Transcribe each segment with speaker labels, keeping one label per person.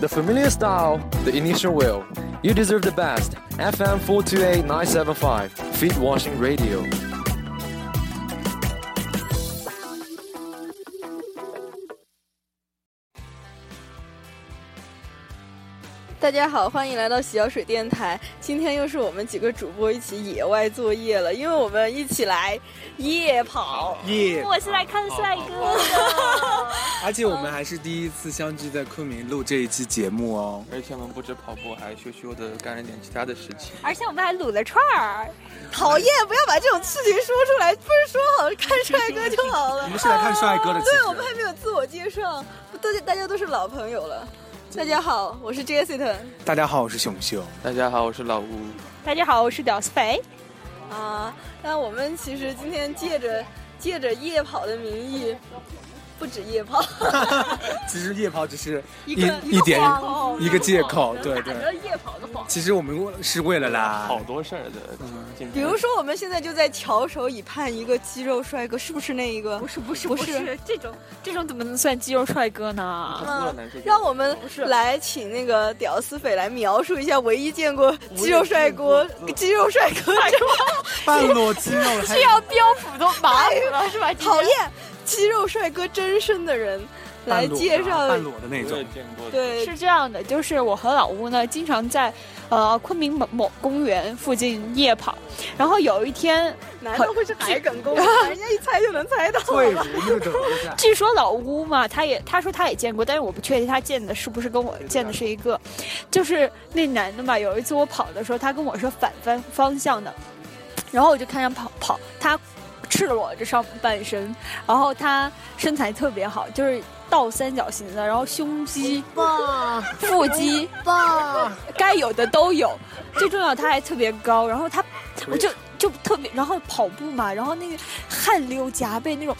Speaker 1: The familiar style, the initial will. You deserve the best. FM 428 975, Feet Washing Radio.
Speaker 2: 大家好，欢迎来到洗脚水电台。今天又是我们几个主播一起野外作业了，因为我们一起来夜跑。
Speaker 3: 耶！
Speaker 4: 我是来看帅哥的。
Speaker 3: 而且我们还是第一次相聚在昆明录这一期节目哦。
Speaker 5: 而且我们不止跑步，还羞羞的干了点其他的事情。
Speaker 4: 而且我们还撸了串儿，
Speaker 2: 讨厌，不要把这种事情说出来，不是说好看帅哥就好了
Speaker 3: 我。们是来看帅哥的，其
Speaker 2: 对，
Speaker 3: 实
Speaker 2: 我们还没有自我介绍，大家大家都是老朋友了。大家好，我是 Jessica
Speaker 3: 大家好，我是熊熊。
Speaker 5: 大家好，我是老吴。
Speaker 4: 大家好，我是屌丝肥。
Speaker 2: 啊。那我们其实今天借着借着夜跑的名义，不止夜跑，
Speaker 3: 其实夜跑只是一
Speaker 4: 一
Speaker 3: 一点
Speaker 4: 谎
Speaker 3: 一个借口，对
Speaker 4: 打
Speaker 3: 对。
Speaker 4: 着夜跑的谎。
Speaker 3: 其实我们是为了啦，
Speaker 5: 好多事儿的，今天
Speaker 2: 比如说我们现在就在翘首以盼一个肌肉帅哥，是不是那一个？
Speaker 4: 不是不是
Speaker 2: 不
Speaker 4: 不
Speaker 2: 是
Speaker 4: 是，这种这种怎么能算肌肉帅哥呢？
Speaker 5: 多男生
Speaker 2: 让我们来请那个屌丝匪来描述一下唯一见过肌肉帅哥、肌肉帅哥这
Speaker 3: 半裸肌肉还
Speaker 4: 这要标普都麻死了是吧？
Speaker 2: 讨厌肌肉帅哥真身的人来
Speaker 3: 半裸的啊
Speaker 2: 介绍。
Speaker 3: 半裸的那
Speaker 5: 我也
Speaker 3: 种，
Speaker 5: 见过的，
Speaker 2: 对，
Speaker 4: 是这样的，就是我和老吴呢，经常在呃昆明某某公园附近夜跑，然后有一天，
Speaker 2: 难道会是海埂公园？人家一猜就能猜到。
Speaker 3: 退服那种，就是
Speaker 4: 据说老吴嘛，他也他说他也见过，但是我不确定他见的是不是跟我见的是一个，就是那男的嘛，有一次我跑的时候，他跟我说反方方向的，然后我就看他跑跑，他赤裸着上半身，然后他身材特别好，就是倒三角形的，然后胸肌、腹肌、 该有的都有，最重要他还特别高，然后他我就就特别，然后跑步嘛，然后那个汗流浃背那种。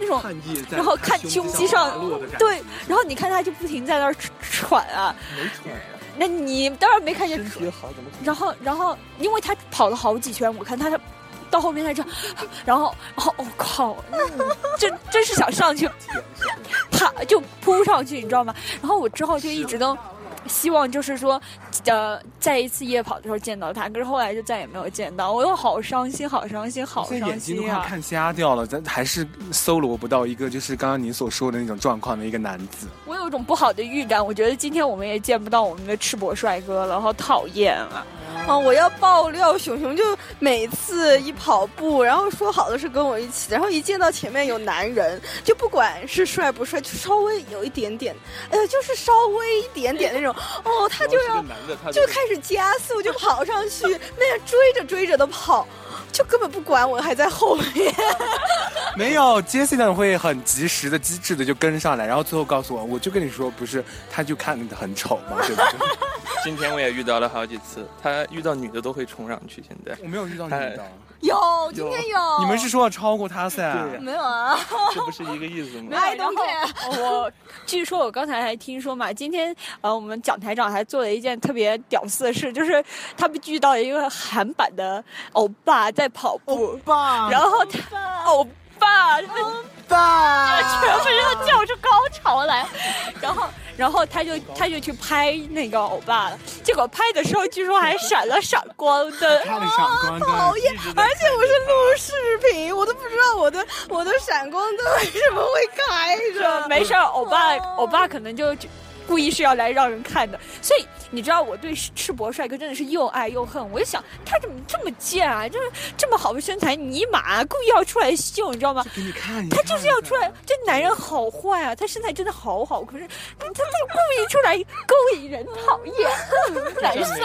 Speaker 4: 那种
Speaker 3: 汗液在
Speaker 4: 然后看胸肌上
Speaker 3: 滑落的感觉
Speaker 4: 对，然后你看他就不停在那儿喘喘啊，
Speaker 5: 没喘呀，
Speaker 4: 那你当然没看见
Speaker 5: 身
Speaker 4: 喘，
Speaker 5: 体好怎么喘？
Speaker 4: 然后然后因为他跑了好几圈，我看他到后面他这样，然后然后我、靠，嗯真真是想 上去，啪就扑上去，你知道吗？然后我之后就一直都。希望就是说，呃，在一次夜跑的时候见到他，可是后来就再也没有见到，我又好伤心，好伤心，好
Speaker 3: 现在眼
Speaker 4: 伤
Speaker 3: 睛都
Speaker 4: 心
Speaker 3: 快
Speaker 4: 啊！
Speaker 3: 看瞎掉了，咱还是搜罗不到一个就是刚刚你所说的那种状况的一个男子。
Speaker 4: 我有一种不好的预感，我觉得今天我们也见不到我们的赤膊帅哥了，好讨厌啊！
Speaker 2: 啊，我要爆料，熊熊就每次一跑步，然后说好的是跟我一起，然后一见到前面有男人，就不管是帅不帅，就稍微有一点点，哎呀，就是稍微一点点那种，哦，他就
Speaker 5: 然
Speaker 2: 要
Speaker 5: 后是个男的，他
Speaker 2: 就开始加速，就跑上去，那样追着追着的跑，就根本不管我还在后面。
Speaker 3: 没有，Jessica 会很及时的、机智的就跟上来，然后最后告诉我，我就跟你说，不是，他就看得很丑嘛， 对不对？
Speaker 5: 今天我也遇到了好几次，他遇到女的都会冲上去。现在
Speaker 3: 我没有遇到你
Speaker 4: 哎
Speaker 3: 的，
Speaker 2: 有，今天有。
Speaker 4: 哦
Speaker 3: 你们是说要超过他噻？
Speaker 5: 对
Speaker 2: 没有啊？
Speaker 5: 这不是一个意思吗？
Speaker 2: I don't
Speaker 4: 然后哦我据说我刚才还听说嘛，今天呃我们蒋台长还做了一件特别屌丝的事，就是他们遇到了一个韩版的欧巴在跑步，
Speaker 3: 爸
Speaker 4: 然后他欧巴，这
Speaker 3: 爸，
Speaker 4: 全部要叫出高潮来，然后然后他就他就去拍那个欧巴了，结果拍的时候据说还闪了闪光 灯。
Speaker 3: 看了闪光
Speaker 2: 讨
Speaker 3: 灯，
Speaker 2: 厌，而且我是录视频，我都不知道我的我的闪光灯为什么会开着。
Speaker 4: 没事儿，欧巴
Speaker 2: 哦，
Speaker 4: 欧巴可能就故意是要来让人看的。所以你知道，我对赤膊帅哥真的是又爱又恨。我就想，他怎么这么贱啊？就是这么好的身材，尼玛，啊故意要出来秀，你知道吗？
Speaker 3: 给你看一下，
Speaker 4: 他就是要出来，这男人好坏啊！他身材真的好好，可是他他就故意出来勾引人，讨厌， 难受。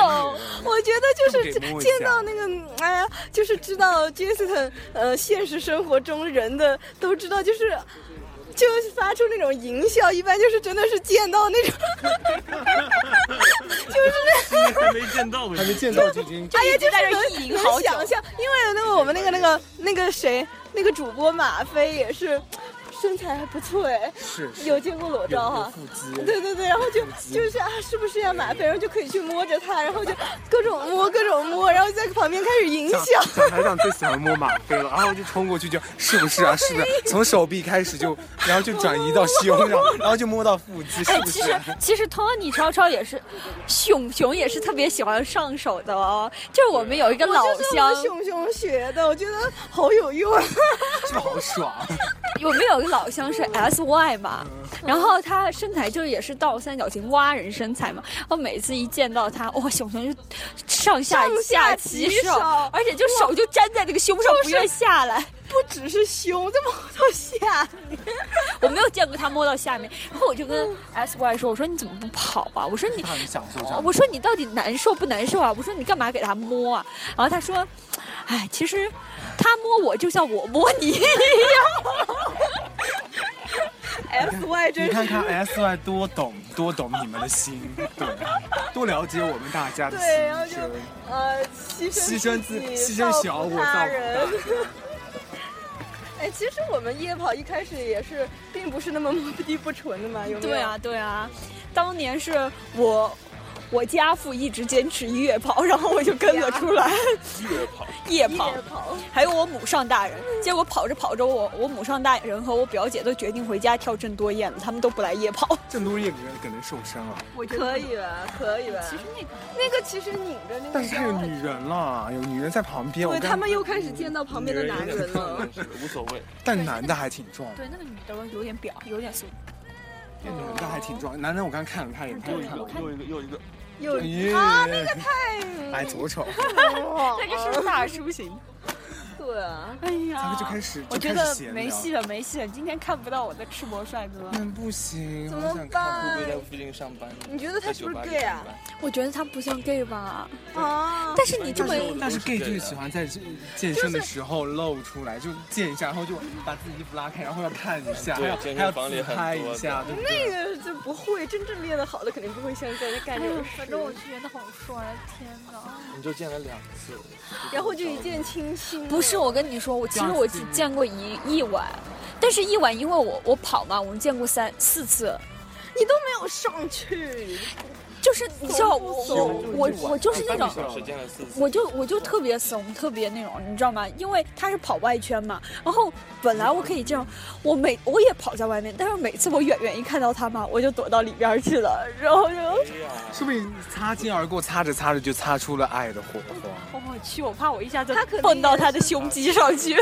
Speaker 2: 我觉得就是
Speaker 3: 这么给摸一
Speaker 2: 见
Speaker 3: 下
Speaker 2: 到那个，嗯哎呀，就是知道 Jason，呃，现实生活中人的都知道，就是。就是发出那种淫笑，一般就是真的是见到那种，
Speaker 5: 还没见到过，
Speaker 3: 还没见到就已经
Speaker 2: 哎呀，
Speaker 4: 一直
Speaker 2: 就
Speaker 4: 在
Speaker 2: 是
Speaker 4: 这
Speaker 2: 能
Speaker 4: 意淫好
Speaker 2: 能
Speaker 4: 久
Speaker 2: 想象，因为那个我们那个那个那个谁，那个主播马飞也是，身材还不错哎，
Speaker 3: 是是
Speaker 2: 有见过裸照
Speaker 3: 有有
Speaker 2: 哈。
Speaker 3: 腹肌，
Speaker 2: 对对对，然后就就是啊，是不是要买？然后就可以去摸着它，然后就各种摸，各种摸，然后在旁边开始淫
Speaker 3: 讲
Speaker 2: 笑。
Speaker 3: 讲台长最喜欢摸马飞了，然后就冲过去就是不是啊，是不是？
Speaker 4: 哎
Speaker 3: 从手臂开始就，然后就转移到胸上， 然后就摸到腹肌，是
Speaker 4: 哎，
Speaker 3: 不
Speaker 4: 其
Speaker 3: 是？
Speaker 4: 实其实 Tony 超超也是，熊熊也是特别喜欢上手的哦。就是我们有一个老
Speaker 2: 我就是
Speaker 4: 乡
Speaker 2: 我，熊熊学的，我觉得好有用。啊
Speaker 3: 这个好爽，
Speaker 4: 我们有一个老乡是 S Y 嘛，然后他身材就是也是倒三角形蛙人身材嘛。我每次一见到他，哇、熊熊就上下
Speaker 2: 上
Speaker 4: 下
Speaker 2: 下
Speaker 4: 其
Speaker 2: 其手
Speaker 4: 而且就手就粘在这个胸上不愿下来。
Speaker 2: 不只是胸，这么多下面。
Speaker 4: 我没有见过他摸到下面，然后我就跟 S Y 说：“我说你怎么不跑啊？我说你
Speaker 3: 他很享受这样。
Speaker 4: 我说你到底难受不难受啊？我说你干嘛给他摸啊？然后他说，哎，其实他摸我就像我摸你一样。
Speaker 2: S Y 真
Speaker 3: 你
Speaker 2: 是
Speaker 3: 看看 S Y 多懂多懂你们的心，对，多了解我们大家的心
Speaker 2: 对，然后就
Speaker 3: 声。
Speaker 2: 呃牺
Speaker 3: 牺
Speaker 2: 牲
Speaker 3: 牲自
Speaker 2: 己
Speaker 3: 牺
Speaker 2: 造
Speaker 3: 牲
Speaker 2: 福
Speaker 3: 小我
Speaker 2: 他
Speaker 3: 造
Speaker 2: 人。
Speaker 3: 福
Speaker 2: 哎，其实我们夜跑一开始也是，并不是那么目的不纯的嘛，有没有？
Speaker 4: 对啊，，对啊，当年是我。我家父一直坚持夜跑， 然后我就跟了出来。
Speaker 5: 越跑
Speaker 4: 夜
Speaker 2: 夜
Speaker 4: 跑，
Speaker 2: 跑。
Speaker 4: 还有我母上大人。结果跑着跑着我，我母上大人和我表姐都决定回家跳郑多燕了，他们都不来夜 跑。
Speaker 3: 郑多燕可能受伤了，
Speaker 2: 可以吧，可以吧。其实那个那个其实拧着那个，
Speaker 3: 但是他有女人了，有女人在旁边。我
Speaker 2: 对
Speaker 3: 跟
Speaker 2: 他们又开始见到旁边的男人 了。
Speaker 5: 无所谓。
Speaker 3: 但男的还挺壮，
Speaker 4: 对，哦那个女的有点表，有点怂。
Speaker 3: 男的还挺壮。男的我刚看了他一眼，他
Speaker 5: 又
Speaker 3: 又
Speaker 5: 一
Speaker 3: 看了
Speaker 5: 个，又一个，又一个，
Speaker 2: 有
Speaker 3: 我。咦，哎，多丑！
Speaker 4: 那个是大叔型。
Speaker 2: 对啊，
Speaker 4: 哎呀，
Speaker 3: 咱们就开始，
Speaker 4: 我
Speaker 3: 就
Speaker 4: 觉
Speaker 3: 开始
Speaker 4: 得
Speaker 3: 闲
Speaker 4: 没
Speaker 3: 聊
Speaker 4: 戏了，没戏了，今天看不到我的赤膊帅哥。
Speaker 3: 嗯，不行，
Speaker 2: 怎
Speaker 3: 好
Speaker 2: 么
Speaker 3: 想看
Speaker 5: 会不会在
Speaker 2: 办？
Speaker 5: 附近上班？
Speaker 2: 你觉得嗯他
Speaker 5: 在
Speaker 2: 是不是
Speaker 5: 酒吧里
Speaker 2: gay 啊
Speaker 5: 上班
Speaker 4: 我觉得他不像 gay 吧，
Speaker 2: 啊，
Speaker 4: 但是你这么
Speaker 5: 但是我
Speaker 3: 但是 gay
Speaker 5: 都
Speaker 3: 就是是喜欢在健身的时候露出来，就健一下，然后就把自己衣服拉开，然后要看一下，还
Speaker 5: 对
Speaker 3: 要
Speaker 5: 健身
Speaker 3: 还要
Speaker 5: 房里
Speaker 3: 自
Speaker 5: 很
Speaker 3: 拍
Speaker 5: 多
Speaker 3: 一下，对不
Speaker 2: 这
Speaker 3: 对？
Speaker 2: 个就不会，真正练得好的肯定不会像在那
Speaker 3: 哎
Speaker 2: 干这种事。
Speaker 4: 反正我就觉得好帅，天哪！
Speaker 5: 你就见了两次，
Speaker 2: 然后就一见倾心。
Speaker 4: 不是，我跟你说，我其实我
Speaker 3: 这
Speaker 4: 只
Speaker 3: 样子
Speaker 4: 见过一一晚，但是一晚因为我我跑嘛，我们见过三四次，
Speaker 2: 你都没有上去，
Speaker 4: 就是你知道我我我我就是那种
Speaker 5: 半个。小时见了四次。
Speaker 4: 我就我就特别怂，特别那种，你知道吗？因为他是跑外圈嘛，然后本来我可以这样，我每我也跑在外面，但是每次我远远一看到他嘛，我就躲到里边儿去了，然后就
Speaker 5: 哎呀
Speaker 3: 说不定擦肩而过，擦着擦着就擦出了爱的火 花。
Speaker 4: 我去，我怕我一下子
Speaker 2: 他可能
Speaker 4: 蹦到他的胸肌上 去，
Speaker 2: 就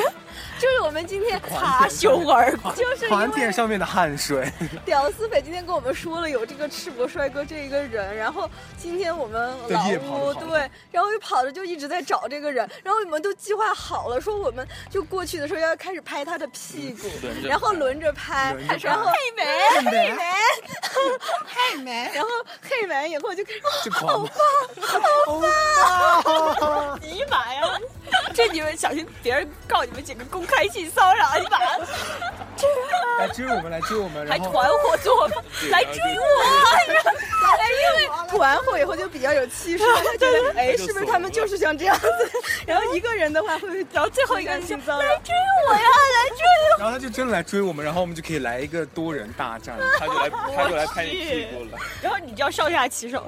Speaker 2: 是我们今天
Speaker 4: 擦胸而过。
Speaker 2: 就是因
Speaker 3: 床垫
Speaker 2: 为
Speaker 3: 上面的汗水，
Speaker 2: 屌丝北今天跟我们说了有这个赤膊帅哥这一个人，然后今天我们
Speaker 3: 对
Speaker 2: 老
Speaker 3: 夜跑
Speaker 2: 吴
Speaker 3: 着跑
Speaker 2: 对，然后就跑着就一直在找这个人，然后我们都计划好了，说我们就过去的时候要开始拍他的屁股，
Speaker 5: 轮着
Speaker 2: 然后轮着拍
Speaker 3: 轮着，拍嗯
Speaker 2: 然后
Speaker 4: 妹妹，
Speaker 2: 黑莓，黑莓，然后黑莓以后就开始
Speaker 3: 就狂
Speaker 4: 尼玛呀！啊 这你们小心别人告你们几个公开性骚扰，你把
Speaker 3: 来追我们，来追我们，
Speaker 4: 还
Speaker 3: 然
Speaker 4: 团
Speaker 3: 后
Speaker 4: 伙做来追我，啊
Speaker 2: 管火以后就比较有气势，他觉得哎，
Speaker 5: 就是
Speaker 2: 不是他们就是像这样子？然后一个人的话会，
Speaker 4: 然后最后一个人说
Speaker 2: 性骚扰
Speaker 4: 来追我呀，来追我。
Speaker 3: 然后他就真的来追我们，然后我们就可以来一个多人大战。
Speaker 5: 他就来，他就来拍你屁股了。
Speaker 4: 然后你就要上下其手。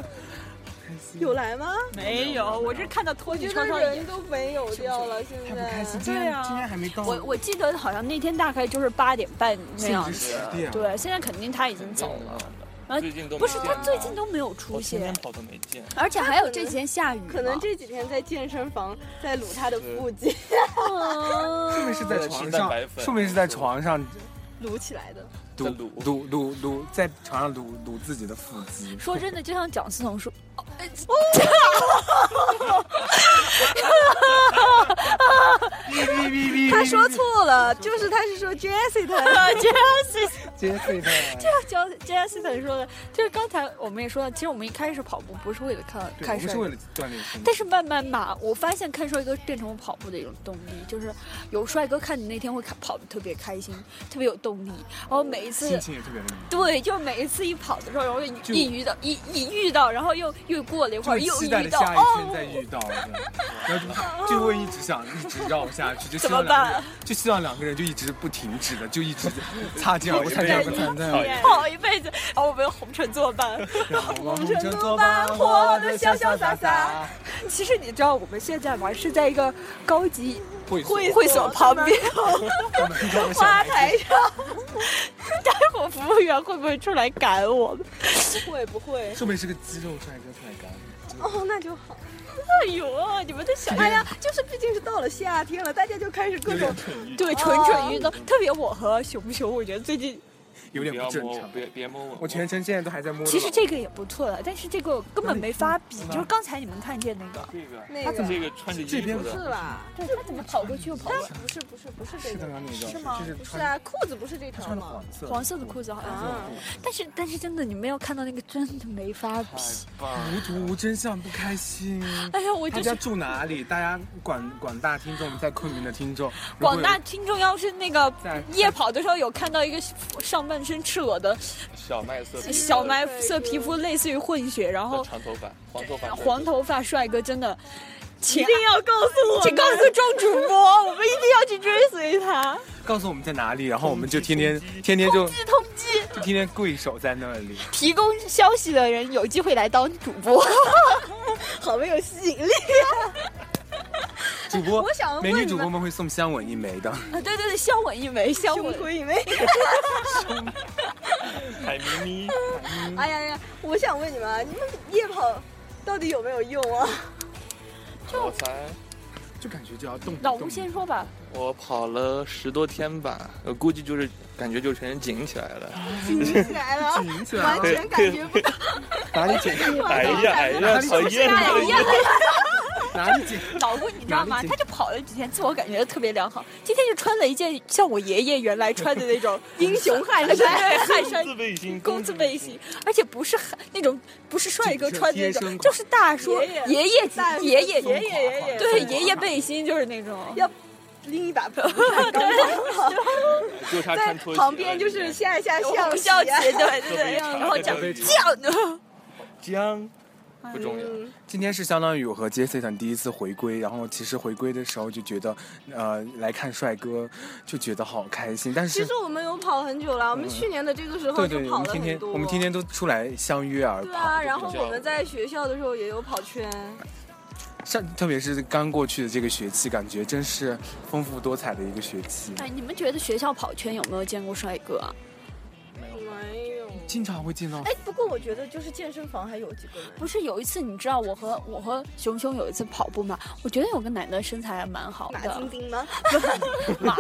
Speaker 2: 有来吗？
Speaker 4: 没有，我是看到托
Speaker 2: 我
Speaker 4: 尼
Speaker 2: 觉
Speaker 4: 超
Speaker 2: 得
Speaker 4: 超
Speaker 2: 人都没有掉了，现
Speaker 3: 还不开
Speaker 2: 在
Speaker 3: 心，。今天、
Speaker 4: 对啊
Speaker 3: 今天还没到，
Speaker 4: 我我记得好像那天大概就是八点半那
Speaker 3: 甚
Speaker 4: 样
Speaker 3: 至
Speaker 4: 子
Speaker 3: 十。啊点，
Speaker 4: 对，现在肯定他已经走了。啊
Speaker 5: 最近都没
Speaker 4: 不是
Speaker 5: 见
Speaker 4: 他
Speaker 5: 了
Speaker 4: 最哦近都没有出
Speaker 5: 我天天
Speaker 4: 现，
Speaker 5: 跑都没见。
Speaker 4: 而且还有这几天下雨啊嘛，
Speaker 2: 可能这几天在健身房在撸他的腹肌，
Speaker 3: 说明
Speaker 4: 嗯
Speaker 3: 是在
Speaker 5: 吃
Speaker 3: 床
Speaker 5: 蛋
Speaker 3: 上
Speaker 5: 白，粉
Speaker 3: 说明是在床上
Speaker 2: 撸起来的。
Speaker 3: 撸
Speaker 5: 在
Speaker 3: 撸
Speaker 5: 撸
Speaker 3: 撸撸撸，在床上撸撸自己的腹肌。
Speaker 4: 说真的，就像蒋思彤说，哦哎
Speaker 3: 哔哔哔哔，
Speaker 2: 他说错了，就是他是说 Jessica，
Speaker 4: Jessica
Speaker 3: 杰西的，
Speaker 4: Jessica 说的， 就是刚才我们也说了，其实我们一开始跑步不是为了看
Speaker 3: 对
Speaker 4: 看
Speaker 3: 我不
Speaker 4: 帅
Speaker 3: 是
Speaker 4: 哥
Speaker 3: 为了锻炼身体
Speaker 4: 但。是慢慢吧，我发现看帅哥变成我跑步的一种动力，就是有帅哥看你那天会看跑的特别开心，特别有动力。然后每一次
Speaker 3: 心，情也特别的
Speaker 4: 对，就每一次一跑的时候，然后就
Speaker 3: 就
Speaker 4: 一遇到一一遇到，然后又又过了一会儿
Speaker 3: 就
Speaker 4: 哦又
Speaker 3: 期待
Speaker 4: 遇
Speaker 3: 着
Speaker 4: 到，
Speaker 3: 下一
Speaker 4: 哦
Speaker 3: 天，再遇到，对然后就就会一直想，一一直绕下去，就希
Speaker 4: 怎么
Speaker 3: 望两个
Speaker 4: 办
Speaker 3: 人就希望两个人就一直不停止的，就一 直擦肩而过，擦肩而过，擦肩而过。
Speaker 4: 哦跑一辈子，然后我们红尘作伴。
Speaker 3: 让我们乘
Speaker 4: 作
Speaker 3: 作
Speaker 4: 伴
Speaker 3: 伴，
Speaker 4: 活
Speaker 3: 活
Speaker 4: 得
Speaker 3: 得
Speaker 4: 潇
Speaker 3: 潇
Speaker 4: 潇
Speaker 3: 潇
Speaker 4: 洒
Speaker 3: 洒
Speaker 4: 洒
Speaker 3: 洒。
Speaker 4: 其实你知道，我们现在玩是在一个高级
Speaker 3: 会
Speaker 4: 会会所旁边 花台上，待会儿服务员会不会出来赶我们？
Speaker 2: 会不会？
Speaker 3: 说明是个肌肉帅哥出来干的。
Speaker 2: 哦，那就好。
Speaker 4: 哎呦，你们的 小
Speaker 2: 哎呀，就是毕竟是到了夏天了，大家就开始各
Speaker 3: 有
Speaker 2: 种
Speaker 3: 点蠢欲，
Speaker 4: 对蠢蠢欲动，特别我和熊熊，我觉得最近
Speaker 3: 有点
Speaker 5: 不
Speaker 3: 不
Speaker 5: 要
Speaker 3: 正
Speaker 5: 摸我，
Speaker 3: 常。
Speaker 5: 别别摸我。
Speaker 3: 我全程现在都还在摸着老婆。
Speaker 4: 其实这个也不错的，但是这个根本没法比，就是刚才你们看见那个，
Speaker 5: 这个
Speaker 2: 那
Speaker 5: 他
Speaker 2: 个
Speaker 5: 怎么这个穿着
Speaker 3: 这
Speaker 5: 衣
Speaker 3: 边
Speaker 5: 服
Speaker 3: 不
Speaker 5: 的
Speaker 2: 是吧？
Speaker 4: 对他怎么跑过去又跑过来？
Speaker 2: 不是不是不是这
Speaker 3: 是的，
Speaker 2: 个，
Speaker 3: 哪里
Speaker 2: 是
Speaker 3: 的？
Speaker 2: 吗
Speaker 3: 就？是
Speaker 2: 不是
Speaker 3: 穿
Speaker 2: 啊，裤子不是这
Speaker 3: 他
Speaker 2: 条
Speaker 3: 穿了
Speaker 2: 吗
Speaker 3: 黄？色
Speaker 4: 黄色的裤子好像是，
Speaker 2: 啊，
Speaker 4: 但是但是真的你没有看到那个，真的没法比。
Speaker 3: 无图无真相，不开心。
Speaker 4: 哎呀，我
Speaker 3: 大
Speaker 4: 就
Speaker 3: 家
Speaker 4: 是
Speaker 3: 住哪里？大家广广大听众，在昆明的听众，如果
Speaker 4: 广
Speaker 3: 有
Speaker 4: 大听众，要是那个
Speaker 3: 在
Speaker 4: 夜跑的时候有看到一个上半身赤裸的
Speaker 5: 小麦色的
Speaker 4: 小麦色皮肤，类似于混血，然后
Speaker 5: 长头发，黄头发，
Speaker 4: 黄头发帅哥，真的，请
Speaker 2: 要告诉
Speaker 4: 请告诉钟主播，我们一定要去追随他，
Speaker 3: 告诉我们在哪里，然后我们就天天天天就
Speaker 4: 自通缉。
Speaker 3: 就天天跪守在那 里。
Speaker 4: 提供消息的人有机会来当主 播。
Speaker 2: 好没有吸引力。
Speaker 3: 主播，
Speaker 4: 我想问
Speaker 3: 美女主
Speaker 4: 你们
Speaker 3: 播们会送香吻一枚 的。
Speaker 4: 对对对，香吻一枚，香
Speaker 2: 胸
Speaker 4: 吻。
Speaker 2: 口 以为，
Speaker 5: 海咪咪，
Speaker 2: 哎呀呀！我想问你们啊，你们夜跑到底有没有用 啊？
Speaker 5: 我才
Speaker 3: 就感觉就要动。
Speaker 4: 老
Speaker 3: 动
Speaker 4: 吴先说吧，
Speaker 5: 我跑了十多天吧，我估计就是感觉就全身紧起来了。
Speaker 2: 紧起来了，
Speaker 3: 紧起来
Speaker 2: 完
Speaker 3: 了，
Speaker 2: 全感觉不到。
Speaker 3: 哪里 紧？
Speaker 5: 哎呀哎呀，讨厌
Speaker 4: 哎呀，
Speaker 3: 哪里 紧？
Speaker 4: 老吴你知道吗？
Speaker 3: 哪里
Speaker 4: 他就跑了几天，自我感觉特别良好。今天就穿了一件像我爷爷原来穿的那 种英雄汗衫，对汗衫。
Speaker 5: 自背心，
Speaker 4: 工字背心，而且不是很那种，不是帅哥
Speaker 3: 就是
Speaker 4: 穿的
Speaker 3: 贴
Speaker 4: 那
Speaker 3: 身
Speaker 4: 种，
Speaker 3: 款
Speaker 4: 就是大叔
Speaker 2: 爷爷
Speaker 4: 爷爷级
Speaker 2: 大叔
Speaker 4: 爷爷
Speaker 2: 爷爷爷爷
Speaker 4: 对
Speaker 3: 松垮
Speaker 4: 爷爷背心就是那种，
Speaker 2: 要拎一 把盆，刚好
Speaker 5: 就差
Speaker 2: 在
Speaker 5: 穿拖鞋。
Speaker 2: 旁边就是下下象
Speaker 4: 红
Speaker 2: 棋
Speaker 4: 校
Speaker 2: 啊
Speaker 4: 旗， 对对对，
Speaker 5: 非常
Speaker 4: 然后讲
Speaker 5: 非常
Speaker 4: 酱呢，
Speaker 5: 江，不重要。
Speaker 2: 嗯
Speaker 3: 今天是相当于我和 J C 团第一次回归，然后其实回归的时候就觉得，呃，来看帅哥就觉得好开心，但
Speaker 2: 其
Speaker 3: 是
Speaker 2: 实。我们有跑很久了，我们去年的这个时候
Speaker 3: 嗯对
Speaker 2: 就
Speaker 3: 对，我
Speaker 2: 跑
Speaker 3: 们
Speaker 2: 了
Speaker 3: 天天
Speaker 2: 很多。
Speaker 3: 我们天天都出来相约而跑，
Speaker 2: 对啊，然后
Speaker 5: 比较
Speaker 2: 我们在学校的时候也有跑圈，
Speaker 3: 像特别是刚过去的这个学期，感觉真是丰富多彩的一个学期。
Speaker 4: 哎，你们觉得学校跑圈有没有见过帅哥啊？
Speaker 3: 哎
Speaker 2: 没有。
Speaker 3: 经常会见到，
Speaker 2: 哎，不过我觉得就是健身房还有几个人，
Speaker 4: 不是有一次，你知道我和我和熊熊有一次跑步嘛？我觉得有个男的身材还蛮好
Speaker 2: 马
Speaker 4: 的
Speaker 2: 丁，丁吗？
Speaker 4: 马，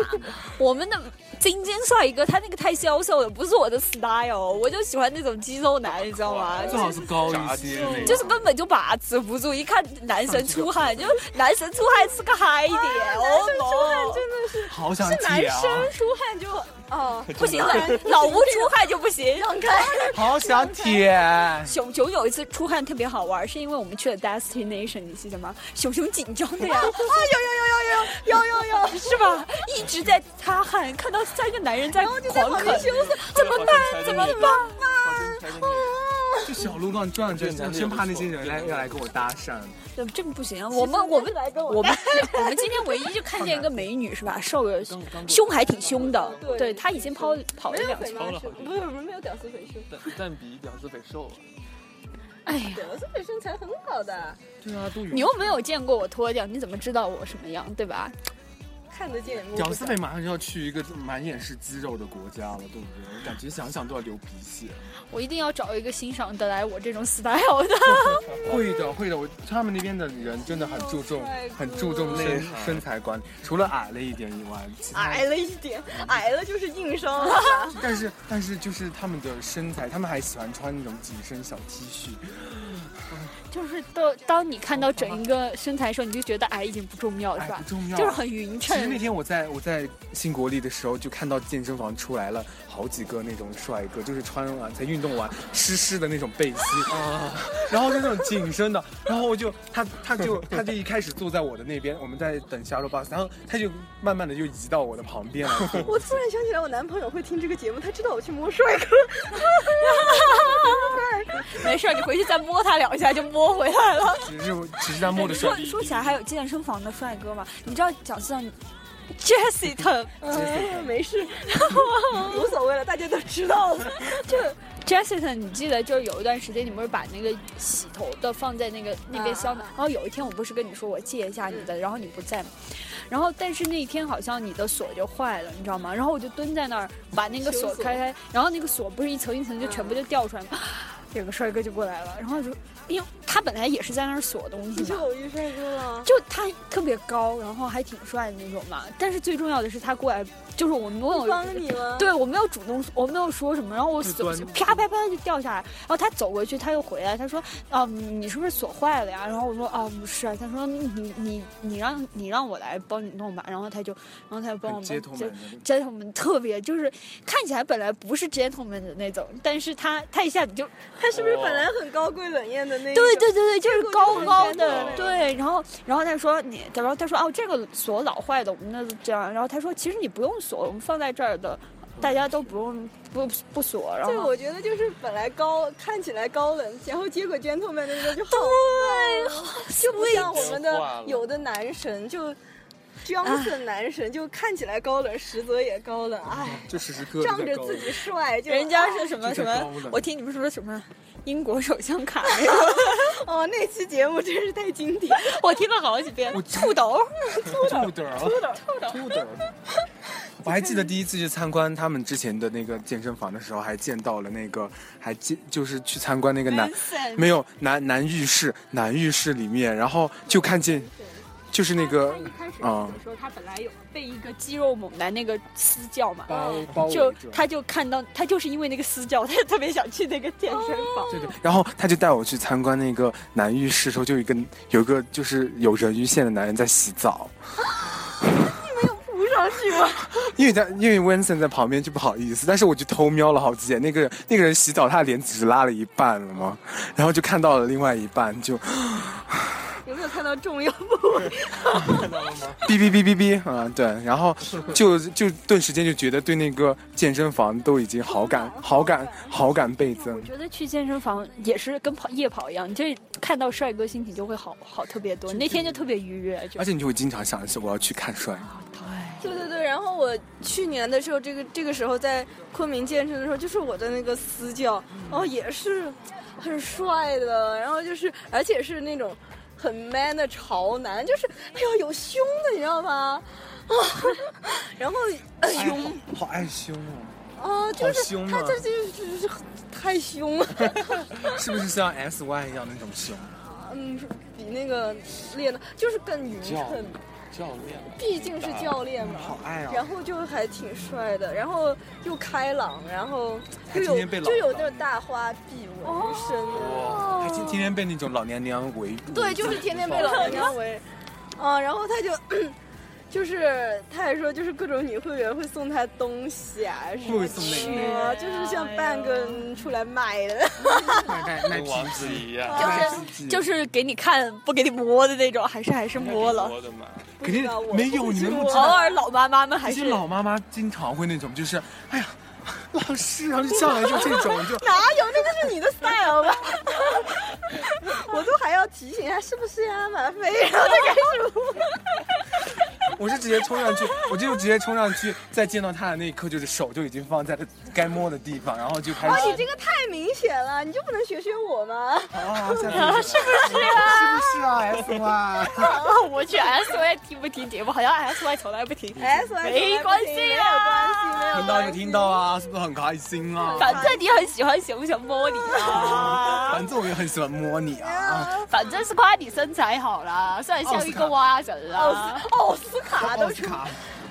Speaker 4: 我们的金金帅哥，他那个太消瘦了，不是我的 style，我就喜欢那种肌肉男，你知道吗？
Speaker 3: 最好是高一些那种，
Speaker 4: 就是根本就把持不住，一看男神出汗，就男神出汗是个嗨点，哦
Speaker 2: 啊出汗真的是
Speaker 3: 好想
Speaker 4: 男
Speaker 3: 解啊，
Speaker 4: 生出汗就
Speaker 2: 哦，
Speaker 4: 不行了，老吴出汗就不 行，让开。
Speaker 3: 好想舔。
Speaker 4: 熊熊有一次出汗特别好玩，是因为我们去了 Destination，你记得吗？熊熊紧张 的呀，
Speaker 2: 哎呦呦呦呦呦呦呦！
Speaker 4: 是 吧？一直在擦汗，看到三个男人在
Speaker 2: 然后就在
Speaker 4: 狂
Speaker 2: 旁
Speaker 4: 啃
Speaker 2: 边，羞涩，
Speaker 4: 怎么办？怎么办？
Speaker 3: 就小路上转着，生怕那些人来要来跟我搭讪。
Speaker 4: 这这不行，啊我们我们我们 我们今天唯一就看见一个美女是吧？瘦的，胸还挺胸的，
Speaker 2: 对
Speaker 4: 对她已经跑跑了
Speaker 2: 没有
Speaker 4: 两
Speaker 2: 粉
Speaker 4: 圈。
Speaker 2: 麻是不是不是没有屌丝粉胸，
Speaker 5: 但但比屌丝肥瘦啊！
Speaker 4: 哎呀，
Speaker 2: 屌丝粉身材很好的，
Speaker 3: 对啊，都
Speaker 4: 你又没有见过我脱掉，你怎么知道我什么样，对吧？
Speaker 2: 看得见。摸不着
Speaker 3: 屌丝妹马上就要去一个满眼是肌肉的国家了，对不对？我感觉想想都要流鼻血。
Speaker 4: 我一定要找一个欣赏得来我这种 style 的。
Speaker 3: 会的，会的，我他们那边的人真的很注重
Speaker 2: 哎呦帅，哥
Speaker 3: 很注重身
Speaker 5: 内涵
Speaker 3: 身材管理，除了矮了一点以外，其他
Speaker 2: 矮了一点，矮了就是硬伤啊了。
Speaker 3: 但是但是就是他们的身材，他们还喜欢穿那种紧身小 T 恤，
Speaker 4: 就是当当你看到整一个身材的时候，你就觉得矮已经不重要，
Speaker 3: 哎
Speaker 4: 是吧
Speaker 3: 不？重要，
Speaker 4: 就是很匀
Speaker 3: 其实那
Speaker 4: 称。
Speaker 3: 天我在我在新国立的时候，就看到健身房出来了好几个那种帅哥，就是穿完才运动完湿湿的那种背心，啊，然后就那种紧身的，然后我就他他 就他就一开始坐在我的那边，我们在等 shuttle bus，然后他就慢慢的就移到我的旁边来坐。
Speaker 2: 我突然想起来，我男朋友会听这个节目，他知道我去摸帅哥，
Speaker 4: 没事儿，你回去再摸他两下就摸回来了。
Speaker 3: 只是只是他摸的手
Speaker 4: 说，说起来还有健身房的帅哥嘛，你知道角色 Jesse 特
Speaker 2: 哎， 没事， 无所谓了，大家都知道 了。
Speaker 4: Jessica，你记得就是有一段时间，你不是把那个洗头的放在那个那边箱的，然后有一天我不是跟你说我借一下你的，然后你不在嘛，然后但是那一天好像你的锁就坏了，你知道吗？然后我就蹲在那儿把那个
Speaker 2: 修
Speaker 4: 锁
Speaker 2: 锁
Speaker 4: 开开，然后那个锁不是一层一层就全部就掉出来嘛， 有个帅哥就过来了，然后就因为他本来也是在那儿锁东
Speaker 2: 你
Speaker 4: 西 嘛
Speaker 2: 就。偶遇帅哥了，
Speaker 4: 就他特别高，然后还挺帅的那种嘛。但是最重要的是，他过来就是我没有
Speaker 2: 帮你吗？
Speaker 4: 对，我没有主动，我没有说什么，然后我
Speaker 3: 就
Speaker 4: 手
Speaker 3: 端
Speaker 4: 就啪啪啪就掉下来，然后他走过去，他又回来，他说：“啊、你是不是锁坏了呀？”然后我说：“啊，不是啊。”他说：“你你你让你让我来帮你弄吧。”然后他就，然后他就帮我
Speaker 3: 很
Speaker 4: 们
Speaker 3: 街头蛮
Speaker 4: 就
Speaker 3: 人的
Speaker 4: gentleman 特别就是看起来本来不是 gentleman 的那种，但是他他一下子就
Speaker 2: 他是不是本来很高贵冷艳的那一种？
Speaker 4: 对对对对，就是高高
Speaker 2: 这个我
Speaker 4: 的
Speaker 2: 就很，
Speaker 4: 对。然后然后他说你，然后他说哦，这个锁老坏的，我们那就这样。然后他说其实你不用锁，我们放在这儿的，大家都不用不不锁。然
Speaker 2: 对，
Speaker 4: 后
Speaker 2: 我觉得就是本来高看起来高冷，然后结果 gentleman 的那个就好，
Speaker 4: 对，
Speaker 2: 就不像我们
Speaker 5: 美化
Speaker 2: 的
Speaker 5: 了
Speaker 2: 有的男神就 Johnson 男神就看起来高冷，实则也高冷，哎，
Speaker 3: 就时时刻刻
Speaker 2: 仗
Speaker 3: 在
Speaker 2: 着
Speaker 3: 高
Speaker 2: 自己帅就
Speaker 4: 人家是什么
Speaker 3: 就
Speaker 4: 什
Speaker 3: 在高
Speaker 4: 么
Speaker 3: 冷？
Speaker 4: 我听你们说什么英国首相卡 梅隆，
Speaker 2: 哦，那期节目真是太经典，
Speaker 4: 我听了好几遍
Speaker 3: 我。
Speaker 4: 兔头，
Speaker 3: 兔的儿，兔 的儿。我还记得第一次去参观他们之前的那个健身房的时候，还见到了那个，还见就是去参观那个男
Speaker 4: Vincent
Speaker 3: 没有男男浴室，男浴室里面，然后就看见就是那个
Speaker 4: 他一开始
Speaker 3: 啊
Speaker 4: 的时候，他本来有被一个肌肉猛男那个私教嘛，
Speaker 3: 包
Speaker 1: 哦
Speaker 3: 包围
Speaker 4: 就
Speaker 3: 着
Speaker 4: 他就看到他就是因为那个私教，他就特别想去那个健身房。
Speaker 3: 对对，然后他就带我去参观那个男浴室的时候，就有一个有一个就是有人鱼线的男人在洗澡，
Speaker 2: 扑上去吗？
Speaker 3: 因为在因为 Winston 在旁边就不好意思，但是我就偷瞄了好几眼，那个人那个人洗澡，他的帘子只是拉了一半了嘛，然后就看到了另外一半，就
Speaker 2: 有没有看到重要部 位？
Speaker 3: 哔哔哔哔哔，嗯，对，然后就就顿时间就觉得对那个健身房都已经好感好感好感倍增
Speaker 4: 我，觉得去健身房也是跟跑夜跑一样，你就是看到帅哥心情就会好好特别多。那天就特别愉悦，就
Speaker 3: 而且你就会经常想起我要去看帅，
Speaker 4: 对，
Speaker 2: 对对对，然后我去年的时候，这个这个时候在昆明健身的时候，就是我的那个私教，然后也是很帅的，然后就是而且是那种很 man 的潮男，就是哎呦有胸的，你知道吗？ 啊，然后哎呦
Speaker 3: 好爱凶哦。
Speaker 2: 啊，就
Speaker 3: 好
Speaker 2: 是
Speaker 3: 凶
Speaker 2: 他
Speaker 3: 啊
Speaker 2: 这就是就是太凶了，
Speaker 3: 是不是像 S Y 一样那种凶？啊
Speaker 2: 嗯，比那个练的，就是更匀
Speaker 5: 教
Speaker 2: 称，
Speaker 5: 教练
Speaker 2: 毕竟是教练嘛。
Speaker 3: 啊爱啊
Speaker 2: 然！后就还挺帅的，然后又开朗，然后
Speaker 3: 他
Speaker 2: 又
Speaker 3: 今
Speaker 2: 有
Speaker 3: 天被老
Speaker 2: 就有那种大花臂纹身的，
Speaker 5: 哇，
Speaker 3: 还天天天被那种老娘娘围住。
Speaker 2: 对，就是天天被老人家围，啊，然后他就。就是，他还说，就是各种女会员会送他东西啊，什么
Speaker 3: 会送那
Speaker 2: 去
Speaker 3: 个
Speaker 2: 啊，就是像半个出来卖的，
Speaker 3: 卖卖
Speaker 5: 跟王子一样，
Speaker 4: 就是就是给你看不给你摸的那种，还是还是摸了。
Speaker 5: 我的妈！
Speaker 2: 不知道
Speaker 3: 肯定
Speaker 2: 啊我
Speaker 3: 没有
Speaker 2: 不
Speaker 3: 你
Speaker 2: 知
Speaker 3: 们
Speaker 2: 道
Speaker 3: 不知
Speaker 4: 偶
Speaker 3: 道
Speaker 4: 尔老妈妈们还
Speaker 3: 一些
Speaker 4: 是
Speaker 3: 老妈妈经常会那种，就是哎呀， 老师，然后就上来就这种，就
Speaker 2: 哪有？那个是你的 style 吧？ 我都还要提醒他是不是呀，马飞？ 然后他开始问
Speaker 3: 我是直接冲上去，我就直接冲上去，在见到他的那一刻，就是手就已经放在了该摸的地方，然后就开
Speaker 2: 哇，你
Speaker 3: 始
Speaker 2: 这个太明显了，你就不能学学我吗？
Speaker 3: 啊，是不是啊？是不 是啊？S Y，
Speaker 4: 啊，我去 S Y 听不听节目？好像 S Y 从来不听，
Speaker 2: S
Speaker 4: 没关系
Speaker 2: 没有关系，没
Speaker 4: 啊
Speaker 2: 有
Speaker 3: 听到就听到啊，是不是很开心 啊？
Speaker 4: 反正你很喜欢，想不想摸你啊？
Speaker 3: 反正我也很喜欢摸你啊。
Speaker 4: 反正是夸你身材好啦，虽然像一个蛙人
Speaker 2: 奥
Speaker 4: 啊。
Speaker 2: 斯奥斯卡都出，
Speaker 3: 卡，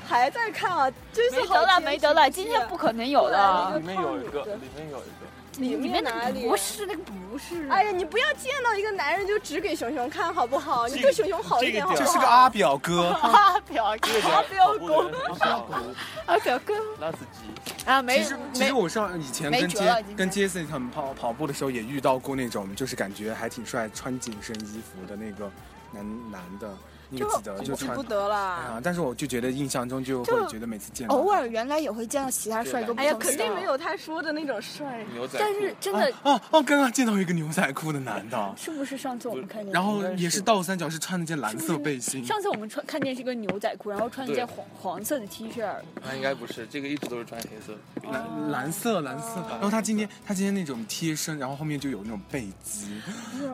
Speaker 2: 还在看啊，真是
Speaker 4: 没
Speaker 2: 好
Speaker 4: 得了，
Speaker 2: 坚
Speaker 4: 没
Speaker 2: 持
Speaker 4: 得了，
Speaker 2: 不
Speaker 4: 今
Speaker 2: 懈
Speaker 4: 天不可能有
Speaker 2: 对
Speaker 4: 了。
Speaker 5: 里面有一个，里面有一个。
Speaker 2: 里
Speaker 4: 里
Speaker 2: 面
Speaker 4: 面
Speaker 2: 哪
Speaker 4: 那
Speaker 2: 里
Speaker 4: 个不是那个不是。
Speaker 2: 哎呀，你不要见到一个男人就只给熊熊看好不好？你
Speaker 5: 这
Speaker 2: 对
Speaker 5: 个
Speaker 2: 熊熊好一点好
Speaker 5: 这
Speaker 2: 不好？
Speaker 3: 这
Speaker 5: 个
Speaker 3: 是个阿表哥，
Speaker 4: 啊，表哥，
Speaker 5: 阿
Speaker 2: 彪狗
Speaker 5: 阿彪狗，
Speaker 4: 啊，表哥
Speaker 5: 拉斯基，
Speaker 4: 啊，没
Speaker 3: 其实其实我上以前跟
Speaker 4: 没辙
Speaker 3: 杰
Speaker 4: 了今天
Speaker 3: 跟杰森他们跑跑步的时候也遇到过那种，就是感觉还挺帅，穿紧身衣服的那个男男的，你也记得就
Speaker 2: 记
Speaker 3: 穿
Speaker 2: 不得啦。
Speaker 3: 啊，但是我就觉得印象中就会
Speaker 4: 就
Speaker 3: 觉得每次见到
Speaker 4: 偶尔原来也会见到其他帅哥，
Speaker 2: 哎呀，肯定没。有他说的那种帅。
Speaker 5: 牛仔裤。
Speaker 4: 但是真的
Speaker 3: 他哦哦，刚刚见到一个牛仔裤的男的，
Speaker 4: 是不是上次我们看见？
Speaker 3: 然后也是倒三角是穿那件蓝色背心，
Speaker 4: 上次我们穿看见是个牛仔裤，然后穿一件黄黄色的 T 恤，
Speaker 5: 那应该不是，这个一直都是穿黑色的。
Speaker 3: 蓝蓝色蓝色。
Speaker 4: 哦
Speaker 3: 然后他今天他今天那种贴身，然后后面就有那种背肌，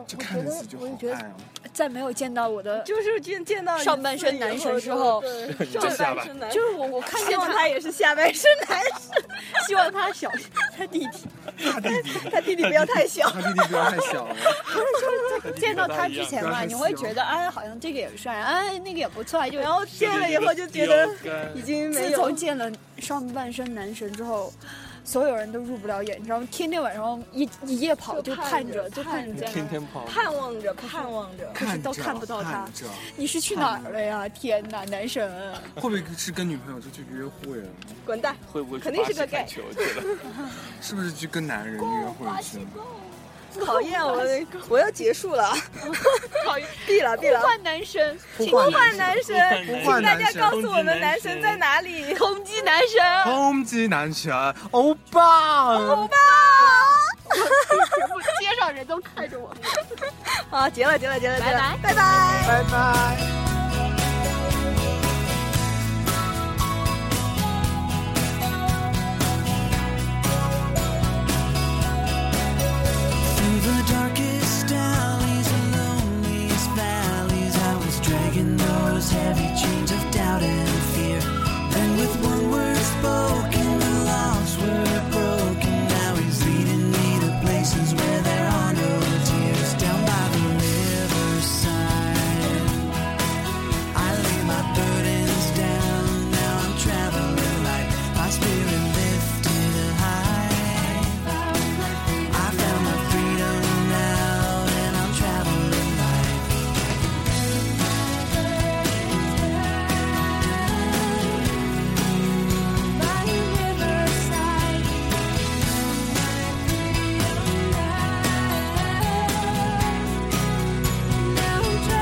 Speaker 3: 就
Speaker 4: 我
Speaker 3: 看
Speaker 4: 觉
Speaker 3: 着
Speaker 4: 得
Speaker 3: 自己就
Speaker 4: 我
Speaker 3: 好
Speaker 4: 觉
Speaker 3: 爱
Speaker 4: 得
Speaker 3: 哦。
Speaker 4: 在没有见到我的，
Speaker 2: 就是见见到一
Speaker 4: 上半身
Speaker 2: 次以后
Speaker 4: 男神之
Speaker 2: 就
Speaker 4: 后
Speaker 2: 对
Speaker 5: 真
Speaker 2: 上
Speaker 5: 下
Speaker 2: 半
Speaker 5: 巴
Speaker 2: 身男
Speaker 4: 就
Speaker 2: 神。
Speaker 4: 是我我看
Speaker 2: 希
Speaker 4: 见
Speaker 2: 望
Speaker 4: 他，
Speaker 2: 他也是下半身男神，
Speaker 4: 希望他小他弟弟，
Speaker 3: 他弟弟
Speaker 2: 他弟弟不要太小。
Speaker 3: 他弟弟不要太小了，
Speaker 4: 见到他之前嘛，你会觉得哎，好像这个也帅，哎，那个也不错，就
Speaker 2: 然后见了以后就觉得已经没
Speaker 4: 自
Speaker 2: 有
Speaker 4: 从见了上半身男神之后，所有人都入不了眼，你知道吗？天天晚上一一夜跑
Speaker 2: 就
Speaker 4: 就
Speaker 2: 盼
Speaker 4: 盼
Speaker 2: 着
Speaker 4: 着，就盼着见
Speaker 5: 天
Speaker 4: 他。
Speaker 5: 天跑，
Speaker 2: 盼望着，盼望着。
Speaker 4: 可是
Speaker 3: 看
Speaker 4: 都
Speaker 3: 着
Speaker 4: 看不到他
Speaker 3: 看着
Speaker 4: 你是去哪儿了呀？天哪，男神！啊
Speaker 3: 会不会是跟女朋友出去约会了？
Speaker 2: 滚蛋！
Speaker 5: 会不会去
Speaker 2: 肯定是个
Speaker 5: 巴
Speaker 2: gay
Speaker 5: 西看球去了？
Speaker 3: 是不是去跟男人约会去了？
Speaker 2: 讨厌我的，我要结束了，
Speaker 4: 讨厌，
Speaker 2: 闭了闭了。
Speaker 4: 换男神，请
Speaker 2: 呼唤男神，
Speaker 5: 呼
Speaker 2: 请
Speaker 3: 唤
Speaker 2: 大
Speaker 3: 男神
Speaker 2: 家告诉我们男神在哪里。
Speaker 4: 攻击男神，
Speaker 3: 攻击男神，欧巴，
Speaker 2: 欧巴
Speaker 4: 全部街上人都看着我们。
Speaker 2: 啊，结了结了结了结
Speaker 4: 拜
Speaker 2: 了拜
Speaker 4: 拜，
Speaker 2: 拜。
Speaker 3: 拜拜。
Speaker 6: Through the darkest alleys and loneliest valleys, I was dragging those heavy chains of doubt and fear. Then, with one word spoken, the locks were broken. Now he's leading me to places where there are no tears. Down by the riverside, I lay my burdens down. Now I'm traveling light, my spirit lifted high. I found my freedom now, and I'm traveling light.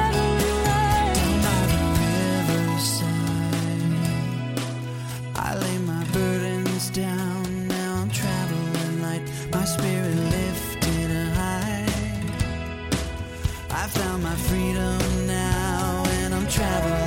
Speaker 6: Down by the riverside, I lay my burdens down. Now I'm traveling light, my spirit lifted high. I found my freedom now, and I'm traveling.